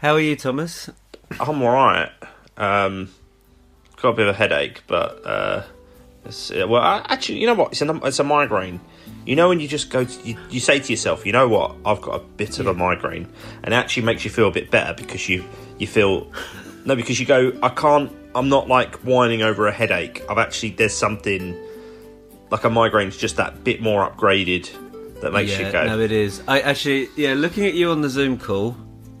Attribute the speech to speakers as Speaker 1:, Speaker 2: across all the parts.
Speaker 1: How are you, Thomas?
Speaker 2: I'm alright. Um, got a bit of a headache, but uh, it's, uh, well, I, actually, you know what? It's a it's a migraine. You know when you just go, to, you, you say to yourself, you know what? I've got a bit of a migraine, and it actually makes you feel a bit better because you you feel no, because you go, I can't. I'm not like whining over a headache. I've actually there's something like a migraine's just that bit more upgraded that makes
Speaker 1: yeah,
Speaker 2: you go,
Speaker 1: no, it is. I actually, yeah, looking at you on the Zoom call,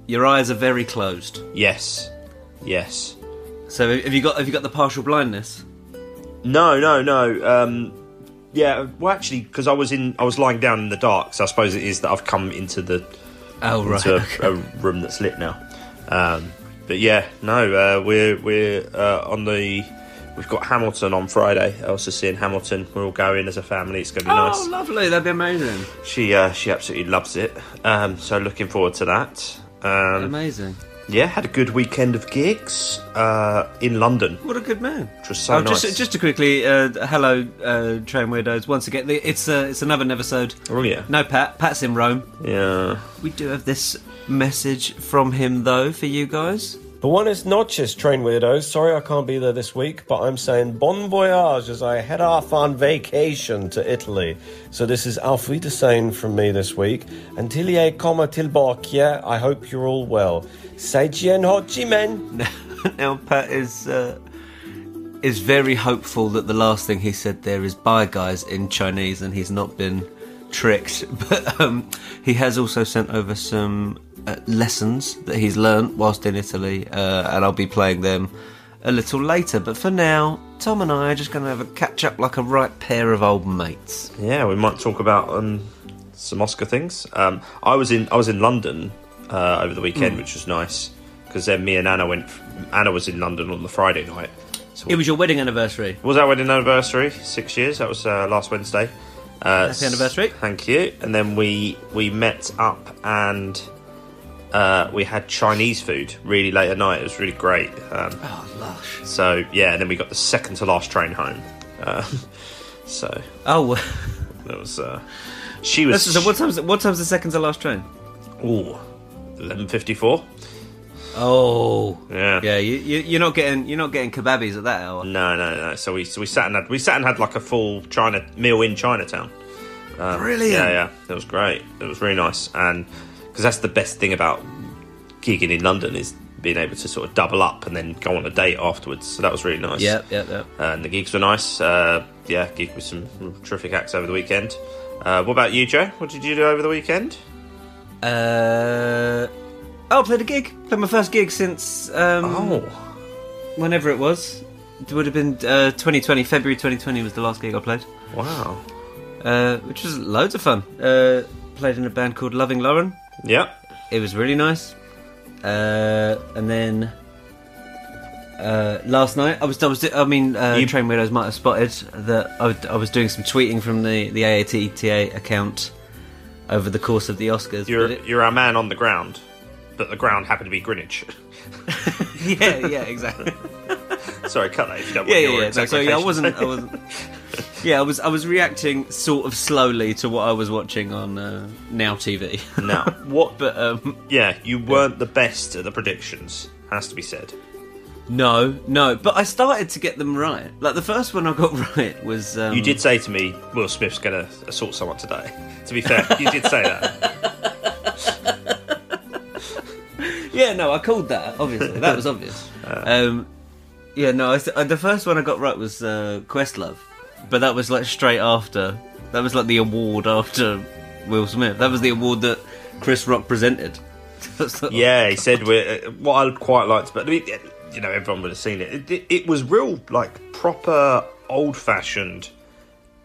Speaker 1: your eyes are very closed.
Speaker 2: yes, yes.
Speaker 1: So have you got have you got the partial blindness?
Speaker 2: No, no, no. Um, yeah, well, actually, because I was in, I was lying down in the dark, so I suppose it is that I've come into the
Speaker 1: Oh right.
Speaker 2: into a, a room that's lit now. Um, but yeah, no, uh, we're we're uh, on the. We've got Hamilton on Friday. I also seeing Hamilton. We're all going as a family. It's going to be
Speaker 1: oh,
Speaker 2: nice.
Speaker 1: lovely! That'd be amazing.
Speaker 2: She uh, she absolutely loves it. Um, so looking forward to that. Um,
Speaker 1: Amazing.
Speaker 2: yeah, had a good weekend of gigs uh, in London,
Speaker 1: What a good man.
Speaker 2: which was so
Speaker 1: oh,
Speaker 2: nice.
Speaker 1: just just to quickly, uh, hello, uh, train weirdos. Once again, the- it's uh, it's another episode.
Speaker 2: oh yeah,
Speaker 1: No, Pat. Pat's in Rome.
Speaker 2: yeah.
Speaker 1: We do have this message from him though for you guys.
Speaker 3: The one is not just train weirdos. Sorry I can't be there this week, but I'm saying bon voyage as I head off on vacation to Italy. So this is Auf Wiedersehen from me this week. Until I come tillbaka, I hope you're all well. Seijien Ho Chi Minh.
Speaker 1: now Pat is uh, is very hopeful that the last thing he said there is "bye guys" in Chinese, and he's not been tricked. But um, he has also sent over some uh, lessons that he's learnt whilst in Italy, uh, and I'll be playing them a little later. But for now, Tom and I are just going to have a catch up like a right pair of old mates.
Speaker 2: Yeah, we might talk about um, some Oscar things. Um, I was in I was in London uh, over the
Speaker 3: Hmm.
Speaker 2: weekend, which was nice because then me and Anna went. Anna was in London on the Friday night. So
Speaker 1: It was your wedding anniversary.
Speaker 2: was our wedding anniversary six years. That was uh, last Wednesday. Uh,
Speaker 1: Happy anniversary.
Speaker 2: Thank you. And then we we met up and uh, we had Chinese food really late at night. It was really great. Um,
Speaker 1: Oh, lush.
Speaker 2: so yeah, and then we got the second to last train home. Uh, so
Speaker 1: Oh,
Speaker 2: that was. Uh, she was.
Speaker 1: this is what time's what time's the second to last train?
Speaker 2: Ooh, eleven fifty-four.
Speaker 1: Oh,
Speaker 2: Yeah.
Speaker 1: yeah. You, you, you're not getting you're not getting kebabbies at that hour.
Speaker 2: No, no, no. So we so we sat and had we sat and had like a full China meal in Chinatown. Um,
Speaker 1: Brilliant.
Speaker 2: Yeah, yeah. It was great. It was really nice, and because that's the best thing about gigging in London is being able to sort of double up and then go on a date afterwards. So that was really nice.
Speaker 1: Yep, yep, yep.
Speaker 2: And the gigs were nice. Uh, yeah, gig with some terrific acts over the weekend. Uh, what about you, Joe? What did you do over the weekend?
Speaker 1: Uh, oh, played a gig. Played my first gig since um,
Speaker 2: Oh,
Speaker 1: whenever it was. It would have been uh, 2020. February 2020 was the last gig I played,
Speaker 2: wow.
Speaker 1: uh, which was loads of fun. Uh, played in a band called Loving Lauren.
Speaker 2: Yep.
Speaker 1: It was really nice. Uh, and then uh, last night, I was, I was, do- I mean, uh,
Speaker 2: You-
Speaker 1: Train Widows might have spotted that I, was- I was doing some tweeting from the the AATTA account over the course of the Oscars.
Speaker 2: You're
Speaker 1: but it-
Speaker 2: you're a man on the ground, but the ground happened to be Greenwich.
Speaker 1: yeah, yeah, exactly.
Speaker 2: Sorry, cut that if you don't
Speaker 1: yeah,
Speaker 2: want
Speaker 1: yeah,
Speaker 2: your
Speaker 1: yeah. No,
Speaker 2: exact
Speaker 1: so yeah, I
Speaker 2: location.
Speaker 1: wasn't, I wasn't. Yeah, I was, I was reacting sort of slowly to what I was watching on uh, Now TV.
Speaker 2: No.
Speaker 1: what? But um,
Speaker 2: yeah, you weren't the best at the predictions. Has to be said.
Speaker 1: no, no. But I started to get them right. Like the first one I got right was um,
Speaker 2: You did say to me, Will Smith's going to assault someone today. To be fair, you did say that.
Speaker 1: Yeah, no, I called that. Obviously, that was obvious. um, yeah, no, I, s- uh, the first one I got right was uh, Questlove, but that was like straight after. That was like the award after Will Smith. That was the award that Chris Rock presented. That's not-
Speaker 2: Yeah, he said we're, uh, what I quite liked, but I mean, uh, you know, everyone would have seen it. It, it, it was real, like proper, old-fashioned.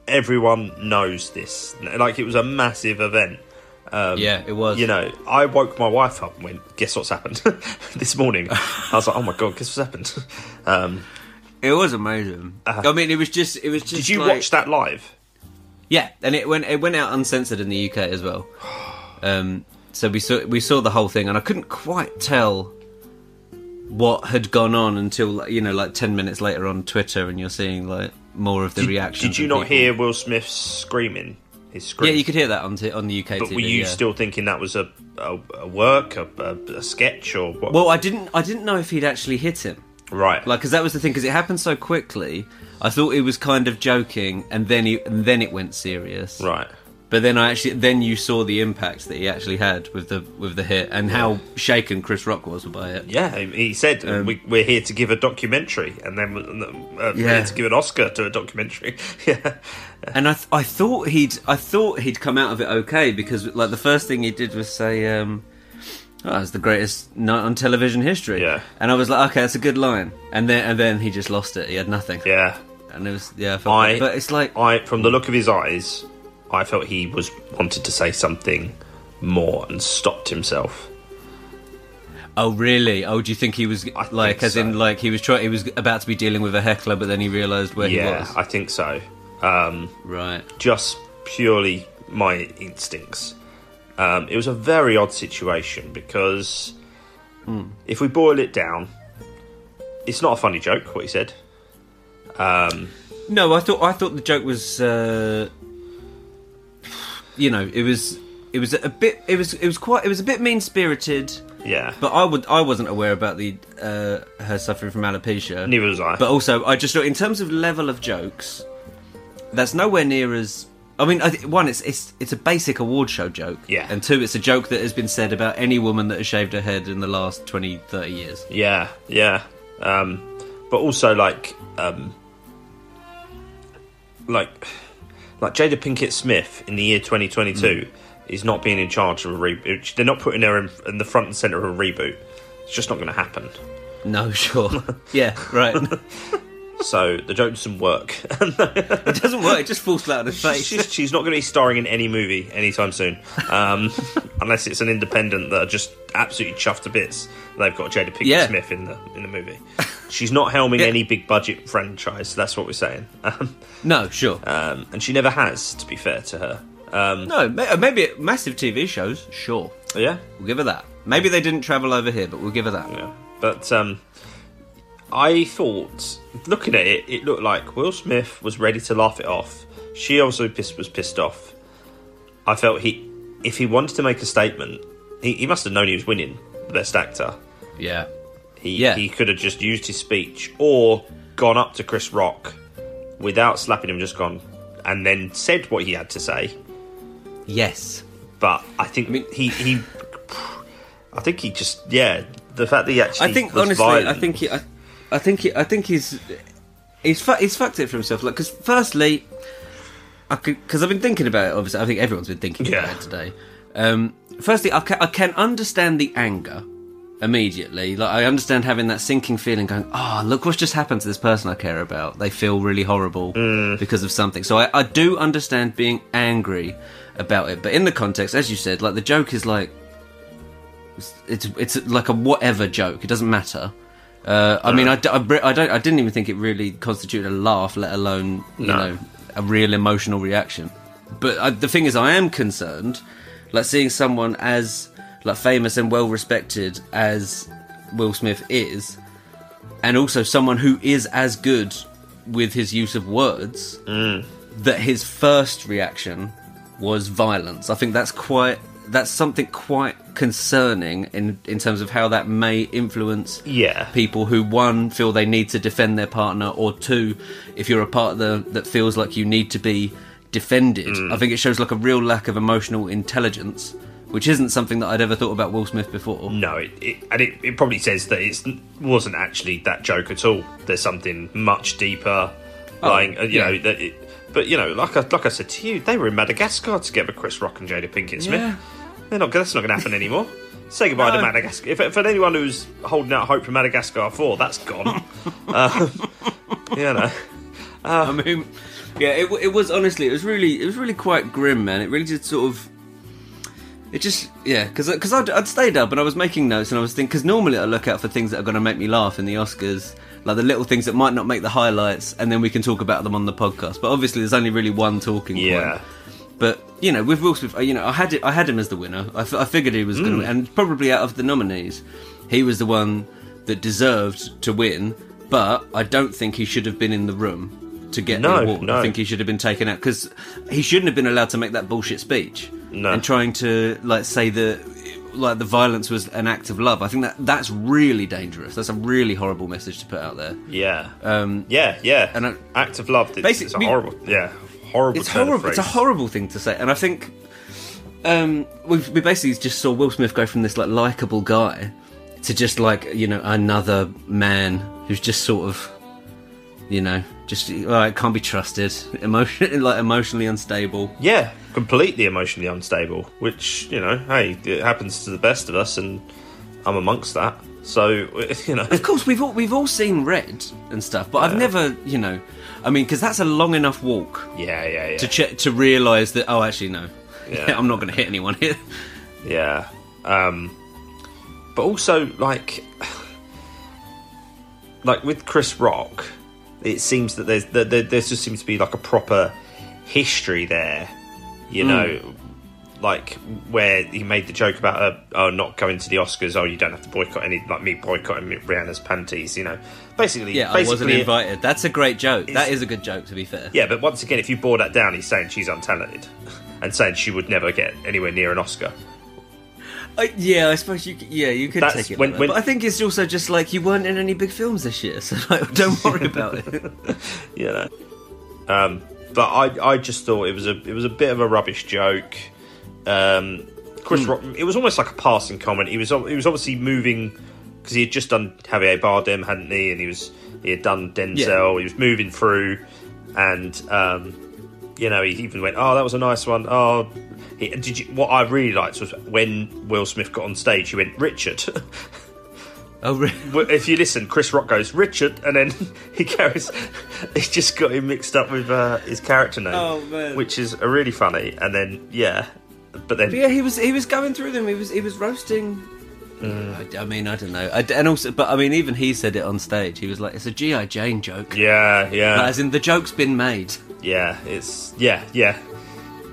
Speaker 2: Everyone knows this. Like it was a massive event.
Speaker 1: yeah, it was.
Speaker 2: You know, I woke my wife up and went, "Guess what's happened this morning?" I was like, "Oh my god, guess what's happened?" Um,
Speaker 1: it was amazing. I mean, it was just, it was just.
Speaker 2: Uh-huh. did you
Speaker 1: like-
Speaker 2: watch that live?
Speaker 1: Yeah, and it went it went out uncensored in the UK as well. Um, so we saw we saw the whole thing, and I couldn't quite tell what had gone on until like, you know, like ten minutes later on Twitter, and you're seeing like more of the
Speaker 2: Did-
Speaker 1: reactions.
Speaker 2: Did you
Speaker 1: of
Speaker 2: not
Speaker 1: people.
Speaker 2: hear Will Smith screaming? his scream.
Speaker 1: Yeah, you could hear that on t- on the UK
Speaker 2: but
Speaker 1: TV.
Speaker 2: were you
Speaker 1: yeah.
Speaker 2: still thinking that was a a, a work, a, a, a sketch, or what?
Speaker 1: Well, I didn't. I didn't know if he'd actually hit him.
Speaker 2: right,
Speaker 1: Like, because that was the thing. Because it happened so quickly, I thought he was kind of joking, and then he, and then it went serious.
Speaker 2: right.
Speaker 1: But then I actually, then you saw the impact that he actually had with the with the hit, and how shaken Chris Rock was by it.
Speaker 2: Yeah, he he said
Speaker 1: Um,
Speaker 2: we, we're here to give a documentary, and then uh, we're
Speaker 1: Yeah.
Speaker 2: here to give an Oscar to a documentary. yeah,
Speaker 1: And I, th- I thought he'd, I thought he'd come out of it okay because, like, the first thing he did was say, um, "Oh, it's the greatest night on television history."
Speaker 2: Yeah.
Speaker 1: And I was like, "Okay, that's a good line." And then, and then he just lost it. He had nothing.
Speaker 2: yeah.
Speaker 1: And it was, yeah. I felt
Speaker 2: I,
Speaker 1: bad. but it's like,
Speaker 2: I, from the look of his eyes, I felt he was wanted to say something more and stopped himself.
Speaker 1: oh, really? Oh, do you think he was
Speaker 2: I think
Speaker 1: like, as in,
Speaker 2: so.
Speaker 1: like, he was trying, he was about to be dealing with a heckler, but then he realised where
Speaker 2: yeah,
Speaker 1: he was.
Speaker 2: I think so. Um,
Speaker 1: Right.
Speaker 2: just purely my instincts. Um, it was a very odd situation because
Speaker 1: Hmm.
Speaker 2: if we boil it down, it's not a funny joke what he said. Um,
Speaker 1: No, I thought I thought the joke was, uh, you know, it was it was a bit it was it was quite it was a bit mean spirited.
Speaker 2: yeah,
Speaker 1: But I would I wasn't aware about the uh, her suffering from alopecia.
Speaker 2: neither was I.
Speaker 1: But also, I just thought in terms of level of jokes, that's nowhere near as. I mean, I th- one, it's it's it's a basic award show joke.
Speaker 2: Yeah.
Speaker 1: And two, it's a joke that has been said about any woman that has shaved her head in the last 20, 30 years.
Speaker 2: Yeah, yeah. Um, but also like um, like like Jada Pinkett Smith in the year 2022
Speaker 1: Hmm.
Speaker 2: is not being in charge of a reboot. They're not putting her in, in the front and center of a reboot. It's just not going to happen.
Speaker 1: No, sure. yeah, right. it
Speaker 2: So the joke doesn't work.
Speaker 1: doesn't work. It just falls flat on his
Speaker 2: she's,
Speaker 1: face.
Speaker 2: just- she's not going to be starring in any movie anytime soon, um, unless it's an independent that are just absolutely chuffed to bits. They've got Jada Pinkett
Speaker 1: Yeah.
Speaker 2: Smith in the in the movie. She's not helming
Speaker 1: Yeah.
Speaker 2: any big budget franchise. That's what we're saying, um,
Speaker 1: No, sure.
Speaker 2: um, and she never has. To be fair to her, um,
Speaker 1: No, ma- maybe it- massive TV shows. Sure,
Speaker 2: yeah,
Speaker 1: we'll give her that. Maybe they didn't travel over here, but we'll give her that.
Speaker 2: yeah. But um, I thought, looking at it, it looked like Will Smith was ready to laugh it off. She also pissed, was pissed off. I felt he, if he wanted to make a statement, he, he must have known he was winning the best actor.
Speaker 1: Yeah.
Speaker 2: He,
Speaker 1: Yeah.
Speaker 2: he could have just used his speech or gone up to Chris Rock without slapping him, just gone and then said what he had to say.
Speaker 1: Yes.
Speaker 2: But I think
Speaker 1: mean-
Speaker 2: he, he, I think he just, yeah, the fact that he actually,
Speaker 1: I think
Speaker 2: was
Speaker 1: honestly,
Speaker 2: violent,
Speaker 1: I think he, I, I think he, I think he's he's fu- he's fucked it for himself. Like, because firstly, I because I've been thinking about it. Obviously, I think everyone's been thinking
Speaker 2: Yeah.
Speaker 1: about it today. Um, firstly, I can, I can understand the anger immediately. Like, I understand having that sinking feeling, going, "Ah, look what's just happened to this person I care about. They feel really horrible because of something." So I, I do understand being angry about it, but in the context, as you said, like the joke is like it's it's like a whatever joke. It doesn't matter. Uh, I mean, I, d- I br- I don't. I didn't even think it really constituted a laugh, let alone you
Speaker 2: No.
Speaker 1: know a real emotional reaction. But I, the thing is, I am concerned, like seeing someone as like famous and well respected as Will Smith is, and also someone who is as good with his use of words, that his first reaction was violence. I think that's quite that's something quite concerning in in terms of how that may influence
Speaker 2: Yeah.
Speaker 1: people who one feel they need to defend their partner or two if you're a partner that feels like you need to be defended. I think it shows like a real lack of emotional intelligence, which isn't something that I'd ever thought about Will Smith before.
Speaker 2: No, it, it and it, it probably says that it wasn't actually that joke at all. There's something much deeper, lying. uh, you
Speaker 1: Oh, yeah.
Speaker 2: know that. It, but you know, like I, like I said to you, they were in Madagascar together, Chris Rock and Jada Pinkett Smith.
Speaker 1: Yeah.
Speaker 2: They're not. That's not going to happen anymore. Say goodbye to
Speaker 1: No.
Speaker 2: Madagascar. If, for anyone who's holding out hope for Madagascar Four, that's gone. um, you know.
Speaker 1: I mean, yeah, it, w- it was honestly, it was really, it was really quite grim, man. It really did sort of, it just, yeah, because because I'd, I'd stayed up and I was making notes and I was thinking because normally I look out for things that are going to make me laugh in the Oscars, like the little things that might not make the highlights, and then we can talk about them on the podcast. But obviously, there's only really one talking
Speaker 2: Yeah.
Speaker 1: point. But you know, with Will Smith, uh, you know, I had it, I had him as the winner. I, f- I figured he was going to,
Speaker 2: Hmm.
Speaker 1: win, and probably out of the nominees, he was the one that deserved to win. But I don't think he should have been in the room. to get
Speaker 2: No,
Speaker 1: the award.
Speaker 2: no.
Speaker 1: I think he should have been taken out because he shouldn't have been allowed to make that bullshit speech.
Speaker 2: No.
Speaker 1: And trying to like say that like the violence was an act of love. I think that that's really dangerous. That's a really horrible message to put out there.
Speaker 2: Yeah.
Speaker 1: Um,
Speaker 2: yeah, yeah.
Speaker 1: and I-
Speaker 2: Act of love. It's,
Speaker 1: Basically,
Speaker 2: it's a
Speaker 1: we-
Speaker 2: horrible. Yeah. Horrible.
Speaker 1: it's
Speaker 2: turn of
Speaker 1: horrible. It's a
Speaker 2: phrase.
Speaker 1: horrible thing to say, and I think um, we we basically just saw Will Smith go from this like likable guy to just like you know another man who's just sort of you know just like can't be trusted, emotion like emotionally unstable.
Speaker 2: Yeah, completely emotionally unstable, which, you know, hey, it happens to the best of us, and I'm amongst that. So, you know.
Speaker 1: Of course, we've all we've all seen Red and stuff, but I've never you know, I mean, because that's a long enough walk
Speaker 2: Yeah, yeah, yeah.
Speaker 1: to check to realise that oh actually no,
Speaker 2: Yeah.
Speaker 1: I'm not going to hit anyone here.
Speaker 2: Yeah. Um but also like like with Chris Rock, it seems that there's that there, there just seems to be like a proper history there, you
Speaker 1: Mm.
Speaker 2: know, like where he made the joke about uh, oh not going to the Oscars, oh you don't have to boycott any like me boycotting Rihanna's panties, you know. Basically,
Speaker 1: Yeah, I wasn't
Speaker 2: basically
Speaker 1: invited. That's a great joke. That
Speaker 2: It's-
Speaker 1: is a good joke to be fair.
Speaker 2: yeah, but once again, if you bore that down, he's saying she's untalented and saying she would never get anywhere near an Oscar.
Speaker 1: I, Uh, yeah, I suppose you. c- Yeah, you could
Speaker 2: That's
Speaker 1: take it.
Speaker 2: when-
Speaker 1: like that.
Speaker 2: when-
Speaker 1: but I think it's also just like you weren't in any big films this year, so like, don't worry about it.
Speaker 2: you know. Um, but I, I just thought it was a it was a bit of a rubbish joke. Um, Chris Rock, it was almost like a passing comment. He was ob- he was obviously moving because he had just done Javier Bardem, hadn't he? And he was he had done Denzel. He was moving through, and um, you know he even went, "Oh, that was a nice one." Oh, he, did you? What I really liked was when Will Smith got on stage. He went, "Richard."
Speaker 1: Oh, really?
Speaker 2: Well, if you listen, Chris Rock goes Richard, and then he carries. He's just got him mixed up with uh, his character name,
Speaker 1: Oh, man.
Speaker 2: which is uh, really funny. And then yeah, but then
Speaker 1: But yeah, he was he was going through them. He was he was roasting. Uh, I, I mean, I don't know. I d and also, but I mean, even he said it on stage. He was like, "It's a GI Jane joke."
Speaker 2: yeah, yeah,
Speaker 1: As in, the joke's been made.
Speaker 2: yeah. It's yeah, yeah.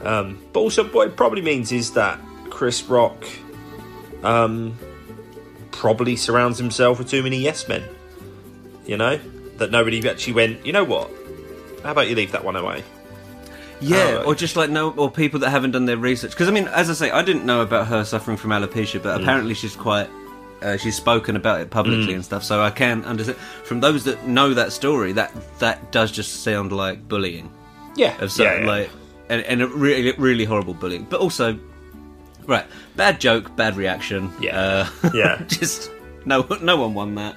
Speaker 2: Um, but also, what it probably means is that Chris Rock, um, probably surrounds himself with too many yes men. You know that nobody actually went. You know what? How about you leave that one away?
Speaker 1: Yeah,
Speaker 2: Oh.
Speaker 1: or just like no, or people that haven't done their research. Because I mean, as I say, I didn't know about her suffering from alopecia,
Speaker 2: Mm.
Speaker 1: but apparently she's quite. Uh, she's spoken about it publicly and stuff, so I can understand. From those that know that story, that that does just sound like bullying
Speaker 2: Yeah,
Speaker 1: of certain, like, and, and a really really horrible bullying. But also, right, bad joke, bad reaction.
Speaker 2: Yeah.
Speaker 1: uh,
Speaker 2: Yeah.
Speaker 1: just no no one won that.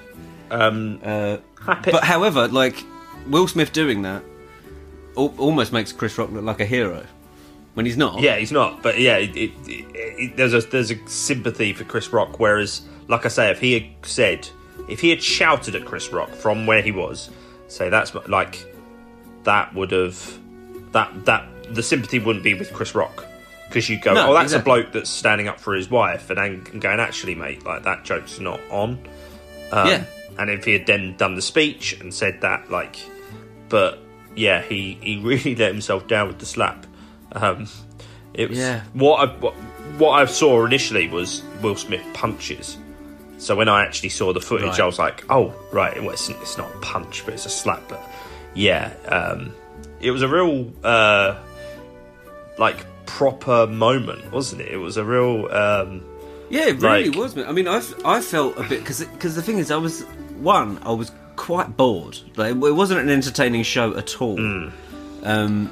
Speaker 2: um,
Speaker 1: Uh,
Speaker 2: happy.
Speaker 1: but however, like Will Smith doing that al- almost makes Chris Rock look like a hero when he's not.
Speaker 2: Yeah, he's not. But yeah, it, it, it, it, there's a there's a sympathy for Chris Rock. Whereas, like I say, if he had said, if he had shouted at Chris Rock from where he was, say that's my- like that would have that that the sympathy wouldn't be with Chris Rock because you go,
Speaker 1: No,
Speaker 2: oh, that's
Speaker 1: exactly.
Speaker 2: a bloke that's standing up for his wife, and then going, actually, mate, like that joke's not on.
Speaker 1: yeah.
Speaker 2: And if he had then done the speech and said that, like, but yeah, he he really let himself down with the slap. Um, it was
Speaker 1: Yeah.
Speaker 2: what I what, what I saw initially was Will Smith punches. So when I actually saw the footage,
Speaker 1: Right.
Speaker 2: I was like, oh right, well, it's it's not a punch, but it's a slap. But yeah, um, it was a real uh, like proper moment, wasn't it? It was a real. Um,
Speaker 1: Yeah, it really
Speaker 2: Like-
Speaker 1: was. man. I mean, I, f- I felt a bit because because the thing is, I was one, I was quite bored. Like, it wasn't an entertaining show at all. Um,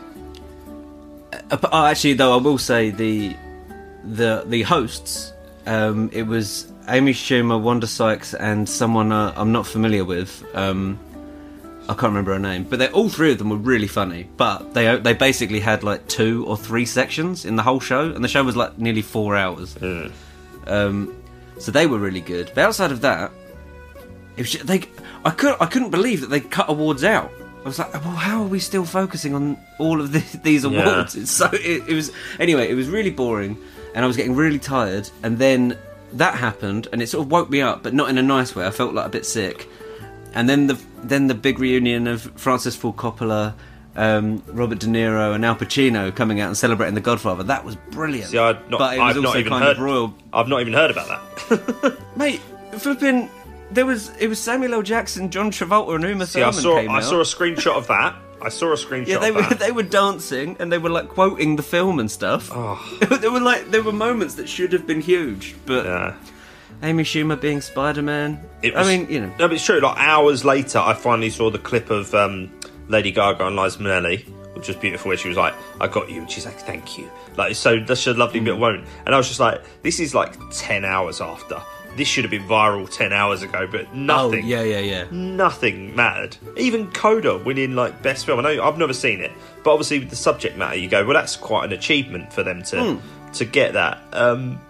Speaker 1: uh, but oh, actually, though, I will say the the the hosts. Um, it was Amy Schumer, Wanda Sykes, and someone uh, I'm not familiar with. Um, I can't remember her name, but they all three of them were really funny. But they they basically had like two or three sections in the whole show, and the show was like nearly four hours. Um, so they were really good. But outside of that, it was just, they I could I couldn't believe that they cut awards out. I was like, well, how are we still focusing on all of thi- these awards? It's so it, it was anyway. It was really boring, and I was getting really tired. And then that happened, and it sort of woke me up, but not in a nice way. I felt like a bit sick. And then the then the big reunion of Francis Ford Coppola, um, Robert De Niro, and Al Pacino coming out and celebrating The Godfather. That was brilliant.
Speaker 2: see, I'd not,
Speaker 1: but it was
Speaker 2: I've
Speaker 1: also
Speaker 2: not even
Speaker 1: kind
Speaker 2: heard.
Speaker 1: of royal
Speaker 2: I've not even heard about that.
Speaker 1: Mate, flipping. There was it was Samuel L. Jackson, John Travolta, and Uma
Speaker 2: See, I
Speaker 1: Thurman
Speaker 2: saw
Speaker 1: came
Speaker 2: I
Speaker 1: out.
Speaker 2: saw a screenshot of that, I saw a screenshot.
Speaker 1: Yeah, they
Speaker 2: of
Speaker 1: were
Speaker 2: that.
Speaker 1: they were dancing and they were like quoting the film and stuff.
Speaker 2: Oh.
Speaker 1: there were like there were moments that should have been huge, but
Speaker 2: Yeah.
Speaker 1: Amy Schumer being Spider Man.
Speaker 2: It
Speaker 1: I
Speaker 2: was-
Speaker 1: mean, you know,
Speaker 2: No, but it's true. Like hours later, I finally saw the clip of um, Lady Gaga and Liza Minnelli, which was beautiful. Where she was like, "I got you," and she's like, "Thank you." Like so, that's a lovely
Speaker 1: Mm.
Speaker 2: bit, won't? And I was just like, "This is like ten hours after. This should have been viral ten hours ago, but
Speaker 1: oh
Speaker 2: nothing."
Speaker 1: yeah, yeah, yeah.
Speaker 2: Nothing mattered. Even Coda winning like best film. I know I've never seen it, but obviously with the subject matter, you go, well, that's quite an achievement for them to
Speaker 1: Hmm.
Speaker 2: to get that. Um,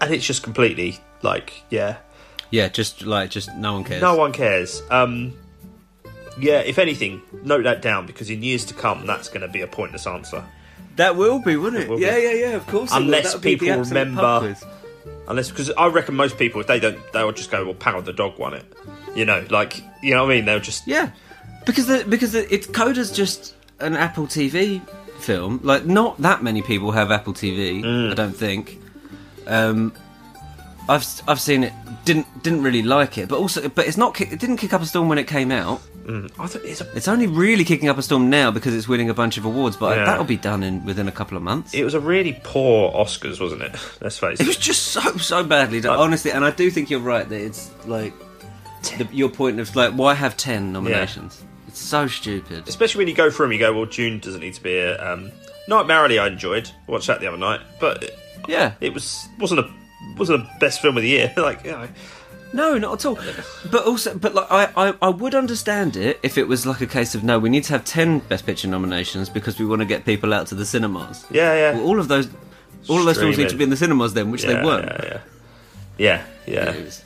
Speaker 2: and it's just completely like, yeah,
Speaker 1: Yeah, just like just no one cares.
Speaker 2: no one cares. Um, yeah, if anything, note that down because in years to come, that's going to be a pointless answer.
Speaker 1: That will be, wouldn't it?
Speaker 2: will be.
Speaker 1: yeah, yeah, yeah. Of course. it will.
Speaker 2: Unless
Speaker 1: That would be the
Speaker 2: people
Speaker 1: absolute pub
Speaker 2: remember-
Speaker 1: quiz.
Speaker 2: Unless because I reckon most people, if they don't, they will just go, "Well, Power the Dog won it." You know, like you know what I mean? They'll just
Speaker 1: Yeah, because the, because the, it's Coda's just an Apple TV film. Like, not that many people have Apple TV. I don't think. Um, I've s- I've seen it. Didn't didn't really like it, but also, but it's not. kick- It didn't kick up a storm when it came out.
Speaker 2: I thought it's a
Speaker 1: It's only really kicking up a storm now because it's winning a bunch of awards. But
Speaker 2: Yeah.
Speaker 1: that'll be done in within a couple of months.
Speaker 2: It was a really poor Oscars, wasn't it? Let's face
Speaker 1: It
Speaker 2: it.
Speaker 1: was just so so badly done, honestly. And I do think you're right that it's like the, your point of like why have ten nominations? It's so stupid.
Speaker 2: Especially when you go through 'em, you go, well, June doesn't need to be a. Um, Nightmarily, I enjoyed. Watched that the other night, but it,
Speaker 1: yeah,
Speaker 2: it was wasn't a wasn't a best film of the year. like, you know,
Speaker 1: no, not at all. But also, but like I, I I would understand it if it was like a case of no, we need to have ten best picture nominations because we want to get people out to the cinemas.
Speaker 2: yeah, yeah,
Speaker 1: Well, all of those, all of those films need
Speaker 2: Streaming.
Speaker 1: to be in the cinemas then, which
Speaker 2: yeah,
Speaker 1: they weren't.
Speaker 2: yeah, yeah, yeah,
Speaker 1: It
Speaker 2: yeah.
Speaker 1: was,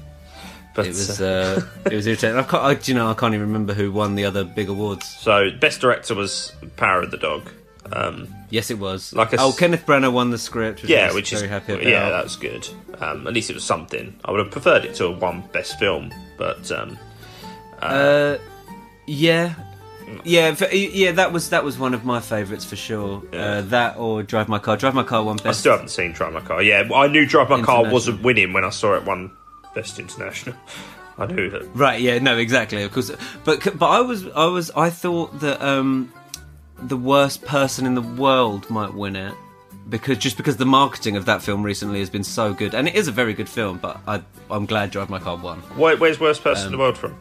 Speaker 2: But
Speaker 1: it was,
Speaker 2: uh,
Speaker 1: uh, it was irritating. I can't, I, do you know, I can't even remember who won the other big awards.
Speaker 2: so best director was Power of the Dog. Um,
Speaker 1: Yes, it was.
Speaker 2: Like a
Speaker 1: oh,
Speaker 2: s-
Speaker 1: Kenneth Branagh won the script. Which I
Speaker 2: yeah,
Speaker 1: was
Speaker 2: which is
Speaker 1: very happy about.
Speaker 2: yeah, that was good. Um, at least it was something. I would have preferred it to have won best film, but um,
Speaker 1: Uh, yeah, yeah, f- yeah. That was that was one of my favourites for sure.
Speaker 2: Yeah.
Speaker 1: Uh, that or Drive My Car. Drive My Car won best.
Speaker 2: I still haven't seen Drive My Car. Yeah, I knew Drive My Car
Speaker 1: International.
Speaker 2: wasn't winning when I saw it won Best International. I knew that.
Speaker 1: Right. Yeah. No. Exactly. Of course. But c- but I was I was I thought that um, the worst person in the world might win it because just because the marketing of that film recently has been so good and it is a very good film. But I I'm glad Drive My Car won.
Speaker 2: Where, where's worst person in
Speaker 1: Um,
Speaker 2: the world from?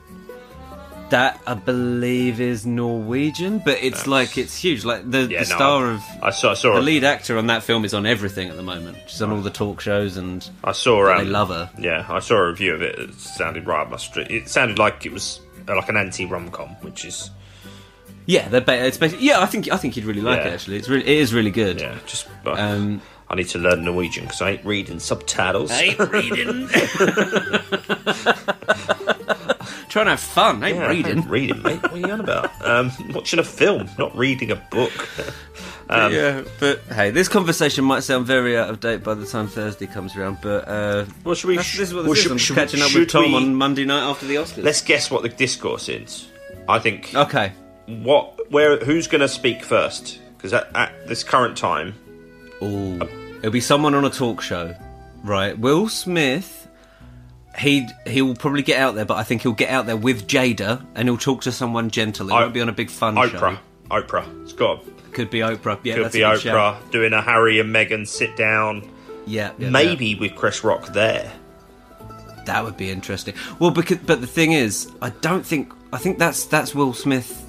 Speaker 1: That I believe is Norwegian, but it's like it's huge. Like the,
Speaker 2: Yeah,
Speaker 1: the
Speaker 2: no,
Speaker 1: star of
Speaker 2: I saw. I saw.
Speaker 1: the
Speaker 2: her-
Speaker 1: lead actor on that film is on everything at the moment. She's on all the talk shows and
Speaker 2: I saw. her,
Speaker 1: they
Speaker 2: um,
Speaker 1: love her.
Speaker 2: Yeah, I saw a review of it. It sounded right up my street. It sounded like it was uh, like an anti rom com, which is
Speaker 1: Yeah, they're ba- it's basically, yeah. I think I think you'd really like
Speaker 2: Yeah.
Speaker 1: it actually. It's really it is really good.
Speaker 2: yeah, just. But
Speaker 1: Um,
Speaker 2: I need to learn Norwegian because I ain't reading subtitles.
Speaker 1: reading. Trying to have fun, ain't
Speaker 2: Yeah, I ain't
Speaker 1: reading.
Speaker 2: reading, mate. What are you on about? Um, watching a film, not reading a book.
Speaker 1: yeah, but Um, hey, this conversation might sound very out of date by the time Thursday comes around. But uh,
Speaker 2: Well, should we-
Speaker 1: that's- this is what this
Speaker 2: well,
Speaker 1: is.
Speaker 2: should-
Speaker 1: I'm
Speaker 2: should-
Speaker 1: catching up
Speaker 2: should
Speaker 1: with Tom
Speaker 2: we-
Speaker 1: on Monday night after the Oscars.
Speaker 2: Let's guess what the discourse is. I think.
Speaker 1: okay,
Speaker 2: what where who's going to speak first because at, at this current time
Speaker 1: Ooh. It'll be someone on a talk show, right? Will Smith. He he will probably get out there, but I think he'll get out there with Jada and he'll talk to someone gentle. It
Speaker 2: I-
Speaker 1: won't be on a big fun
Speaker 2: oprah oprah it's got
Speaker 1: show. Could be Oprah. Yeah,
Speaker 2: could
Speaker 1: that's
Speaker 2: be
Speaker 1: a
Speaker 2: oprah
Speaker 1: good shout.
Speaker 2: doing a harry and meghan sit down
Speaker 1: Yeah, yeah, yeah.
Speaker 2: maybe with chris rock there
Speaker 1: That would be interesting. Well, because but the thing is, I don't think I think that's that's Will Smith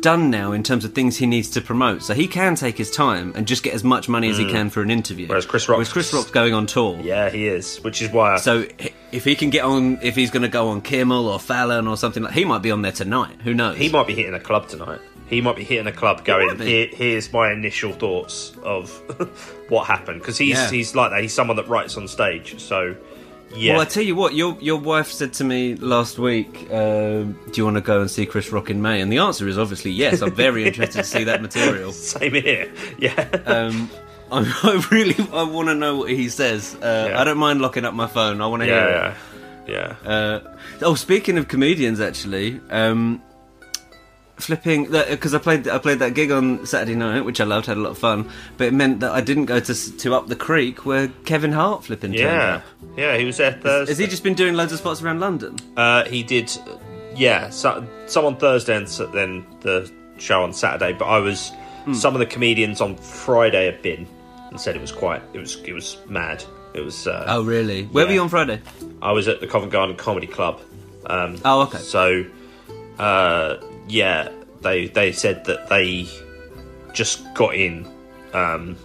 Speaker 1: done now in terms of things he needs to promote. So he can take his time and just get as much money as he can for an interview.
Speaker 2: Hmm. Whereas Chris Rock's-
Speaker 1: whereas Chris Rock's going on tour.
Speaker 2: yeah he is which is why I,
Speaker 1: So h- if he can get on, if he's going to go on Kimmel or Fallon or something like, he might be on there tonight. Who knows?
Speaker 2: he might be hitting a club tonight he might be hitting a club going
Speaker 1: might be.
Speaker 2: Here, here's my initial thoughts of what happened because he's
Speaker 1: Yeah.
Speaker 2: he's like that he's someone that writes on stage so yeah
Speaker 1: Well, I tell you what, your your wife said to me last week, um, "Do you want to go and see Chris Rock in May?" And the answer is obviously yes. I'm very interested to see that material.
Speaker 2: same here yeah
Speaker 1: Um, I, I really I want to know what he says. Uh,
Speaker 2: Yeah.
Speaker 1: I don't mind locking up my phone. I want to hear it.
Speaker 2: yeah yeah, yeah.
Speaker 1: Uh, oh, speaking of comedians, actually, um, flipping because I played I played that gig on Saturday night, which I loved, had a lot of fun. But it meant that I didn't go to s- to up the creek where Kevin Hart flipping turned
Speaker 2: yeah,
Speaker 1: up.
Speaker 2: yeah, he was there Thursday.
Speaker 1: Has he just been doing loads of spots around London?
Speaker 2: Uh, he did yeah, so, some on Thursday and so, then the show on Saturday. But I was
Speaker 1: Hmm.
Speaker 2: some of the comedians on Friday had been and said it was quite it was it was mad. It was uh,
Speaker 1: Oh, really? Where were
Speaker 2: Yeah.
Speaker 1: you on Friday?
Speaker 2: I was at the Covent Garden Comedy Club. Um,
Speaker 1: Oh, okay.
Speaker 2: So, uh, yeah, they they said that they just got in, um,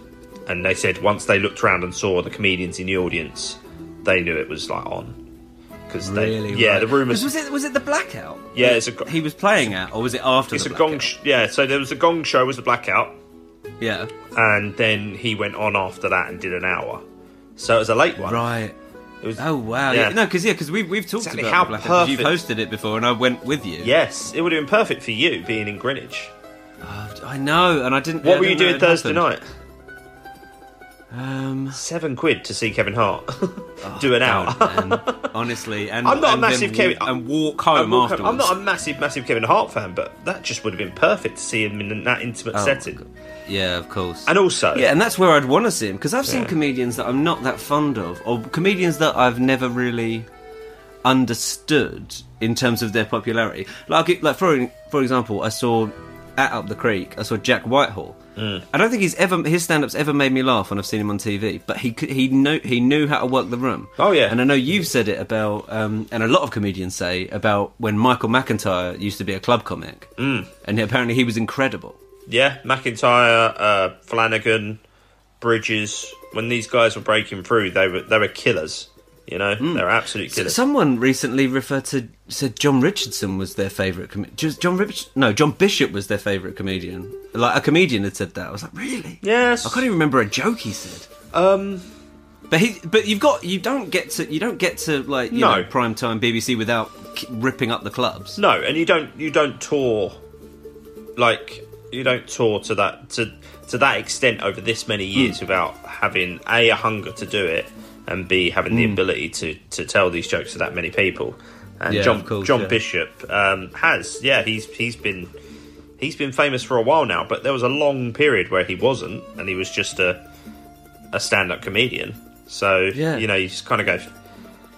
Speaker 2: and they said once they looked around and saw the comedians in the audience, they knew it was like on because
Speaker 1: Really?
Speaker 2: they yeah
Speaker 1: right.
Speaker 2: the
Speaker 1: 'Cause
Speaker 2: rumors
Speaker 1: Was it was it the blackout?
Speaker 2: Yeah,
Speaker 1: that
Speaker 2: it's a-
Speaker 1: he was playing at, or was it after?
Speaker 2: it's a
Speaker 1: the
Speaker 2: gong
Speaker 1: blackout?
Speaker 2: sh- yeah so there was a gong show was the blackout
Speaker 1: Yeah.
Speaker 2: and then he went on after that and did an hour so it was a late one
Speaker 1: Right.
Speaker 2: it was
Speaker 1: Oh wow.
Speaker 2: Yeah.
Speaker 1: Yeah. No, because yeah, because we've we've talked
Speaker 2: Exactly
Speaker 1: about
Speaker 2: how
Speaker 1: the blackout. 'cause You
Speaker 2: perfect-
Speaker 1: posted it before, and I went with you.
Speaker 2: yes it would have been perfect for you being in Greenwich
Speaker 1: Oh, I know, and I didn't.
Speaker 2: what
Speaker 1: yeah, I
Speaker 2: were you
Speaker 1: didn't know it
Speaker 2: doing Thursday
Speaker 1: happened.
Speaker 2: night.
Speaker 1: Um,
Speaker 2: Seven quid to see Kevin Hart
Speaker 1: Oh,
Speaker 2: do an hour.
Speaker 1: God, man. honestly, and
Speaker 2: I'm not a
Speaker 1: and then
Speaker 2: massive
Speaker 1: walk-
Speaker 2: Kevin-
Speaker 1: and walk home
Speaker 2: I'm not-
Speaker 1: afterwards.
Speaker 2: I'm not a massive, massive Kevin Hart fan, but that just would have been perfect to see him in that intimate
Speaker 1: Oh, God.
Speaker 2: setting.
Speaker 1: Yeah, of course.
Speaker 2: And also,
Speaker 1: yeah, and that's where I'd want to see him because I've seen
Speaker 2: Yeah.
Speaker 1: comedians that I'm not that fond of, or comedians that I've never really understood in terms of their popularity. Like, like for for example, I saw at Up the Creek, I saw Jack Whitehall.
Speaker 2: Mm.
Speaker 1: I don't think he's ever his stand-ups ever made me laugh when I've seen him on TV, but he could, he know he knew how to work the room.
Speaker 2: Oh, yeah.
Speaker 1: and I know you've said it about, um, and a lot of comedians say about when Michael McIntyre used to be a club comic, mm. and apparently he was incredible.
Speaker 2: yeah, McIntyre, uh, Flanagan, Bridges. When these guys were breaking through, they were they were killers. You know,
Speaker 1: Hmm.
Speaker 2: they were absolute killers.
Speaker 1: Someone recently referred to said John Richardson was their favorite com- just John Rich no John Bishop was their favorite comedian. Like a comedian had said that. I was like, really?
Speaker 2: Yes.
Speaker 1: I can't even remember a joke he said.
Speaker 2: um,
Speaker 1: But he but you've got you don't get to you don't get to like you
Speaker 2: No.
Speaker 1: know prime time BBC without k- ripping up the clubs.
Speaker 2: no, and you don't you don't tour like you don't tour to that to to that extent over this many
Speaker 1: Hmm.
Speaker 2: years without having a a hunger to do it and b having
Speaker 1: Hmm.
Speaker 2: the ability to to tell these jokes to that many people. And
Speaker 1: Yeah,
Speaker 2: John
Speaker 1: of course,
Speaker 2: John
Speaker 1: yeah.
Speaker 2: Bishop um, has yeah he's he's been he's been famous for a while now, but there was a long period where he wasn't, and he was just a a stand up comedian. So
Speaker 1: Yeah.
Speaker 2: you know you just kind of go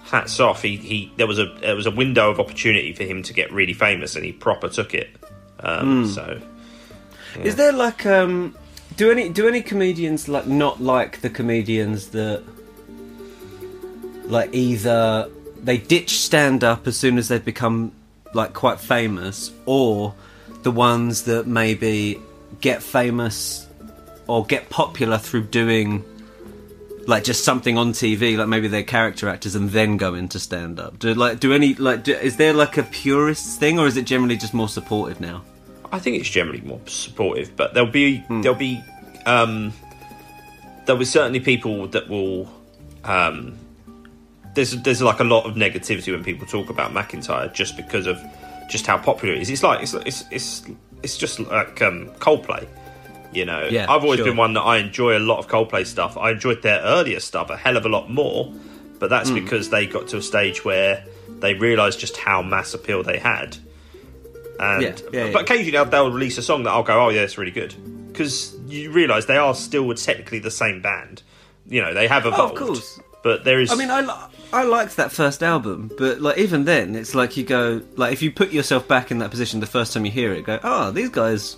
Speaker 2: hats off. He, he there was a there was a window of opportunity for him to get really famous, and he proper took it. Um, So
Speaker 1: Is there like um do any do any comedians like not like the comedians that like either they ditch stand up as soon as they've become like quite famous or the ones that maybe get famous or get popular through doing like just something on TV like maybe they're character actors and then go into stand up do like do any like do, is there like a purist thing or is it generally just more supportive now
Speaker 2: I think it's generally more supportive, but there'll be
Speaker 1: Hmm.
Speaker 2: there'll be um, there'll be certainly people that will. Um, there's there's like a lot of negativity when people talk about McIntyre just because of just how popular it is. It's like it's it's it's, it's just like um, Coldplay. You know,
Speaker 1: Yeah,
Speaker 2: I've always
Speaker 1: sure.
Speaker 2: been one that I enjoy a lot of Coldplay stuff. I enjoyed their earlier stuff a hell of a lot more, but that's
Speaker 1: Hmm.
Speaker 2: because they got to a stage where they realised just how mass appeal they had. And
Speaker 1: Yeah, yeah,
Speaker 2: but
Speaker 1: yeah.
Speaker 2: occasionally they'll, they'll release a song that I'll go, oh yeah, it's really good, because you realise they are still technically the same band. You know, they have evolved.
Speaker 1: Oh, course.
Speaker 2: But there is.
Speaker 1: I mean, I, li- I liked that first album, but like even then, it's like you go like if you put yourself back in that position the first time you hear it, go, oh, these guys,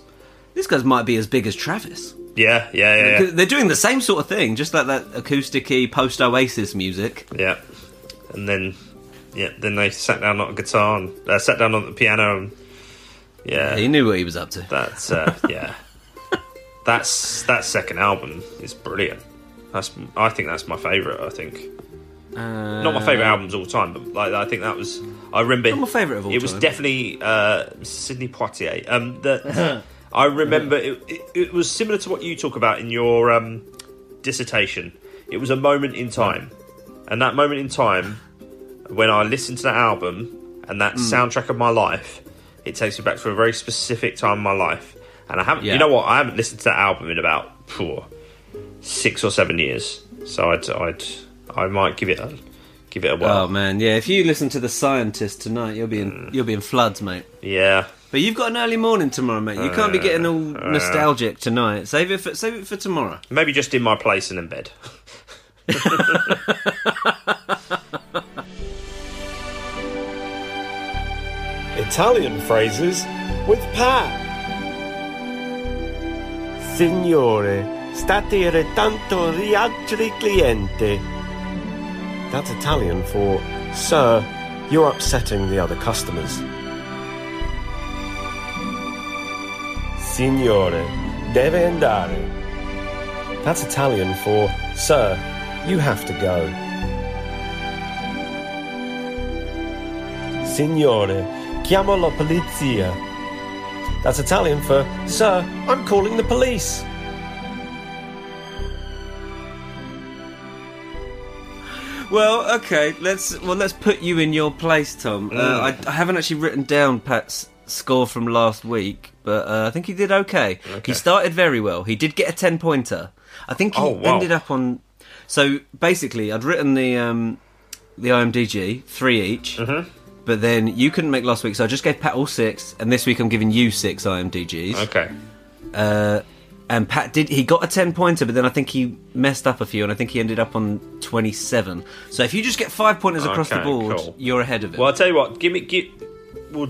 Speaker 1: these guys might be as big as Travis.
Speaker 2: yeah, yeah, yeah, yeah.
Speaker 1: 'Cause They're doing the same sort of thing, just like that acousticy post Oasis music.
Speaker 2: Yeah. And then, yeah, then they sat down on a guitar and uh, sat down on the piano and yeah,
Speaker 1: He knew what he was up to.
Speaker 2: that's uh, yeah, that's that second album is brilliant. That's I think that's my favorite. I think not my favorite albums all time, but like I think that was I remember
Speaker 1: Not my favourite of all
Speaker 2: It was
Speaker 1: time.
Speaker 2: definitely uh, Sydney Poitier. Um, that I remember it, it, it was similar to what you talk about in your um, dissertation. It was a moment in time, and that moment in time when I listened to that album and that soundtrack of my life, it takes me back to a very specific time in my life. And I haven't,
Speaker 1: Yeah.
Speaker 2: you know what? I haven't listened to that album in about phew, six or seven years. So I'd, I'd, I might give it a, give it a whirl.
Speaker 1: Oh man, yeah. If you listen to the Scientist tonight, you'll be in you'll be in floods, mate.
Speaker 2: yeah,
Speaker 1: But you've got an early morning tomorrow, mate. You can't be getting all nostalgic tonight. Save it for save it for tomorrow.
Speaker 2: maybe just in my place and in bed.
Speaker 3: Italian phrases with Pat. Signore, state retanto rialtri cliente. That's Italian for, Sir, you're upsetting the other customers. Signore, deve andare. That's Italian for, Sir, you have to go. Signore, chiamo la polizia. That's Italian for, Sir, I'm calling the police.
Speaker 1: Well, okay. Let's well let's put you in your place, Tom. Uh, I,
Speaker 2: Mm.
Speaker 1: I haven't actually written down Pat's score from last week, but uh, I think he did okay. He started very well. He did get a ten pointer. I think he
Speaker 2: Oh, wow.
Speaker 1: ended up on. So basically, I'd written the um, the IMDG three each,
Speaker 2: Mm-hmm.
Speaker 1: but then you couldn't make last week, so I just gave Pat all six, and this week I'm giving you six IMDGs.
Speaker 2: Okay.
Speaker 1: And Pat did he got a ten pointer, but then I think he messed up a few, and I think he ended up on twenty seven. So if you just get five pointers across
Speaker 2: Okay,
Speaker 1: the board,
Speaker 2: cool.
Speaker 1: you're ahead of it.
Speaker 2: Well, I'll tell you what. Give me. Give, well,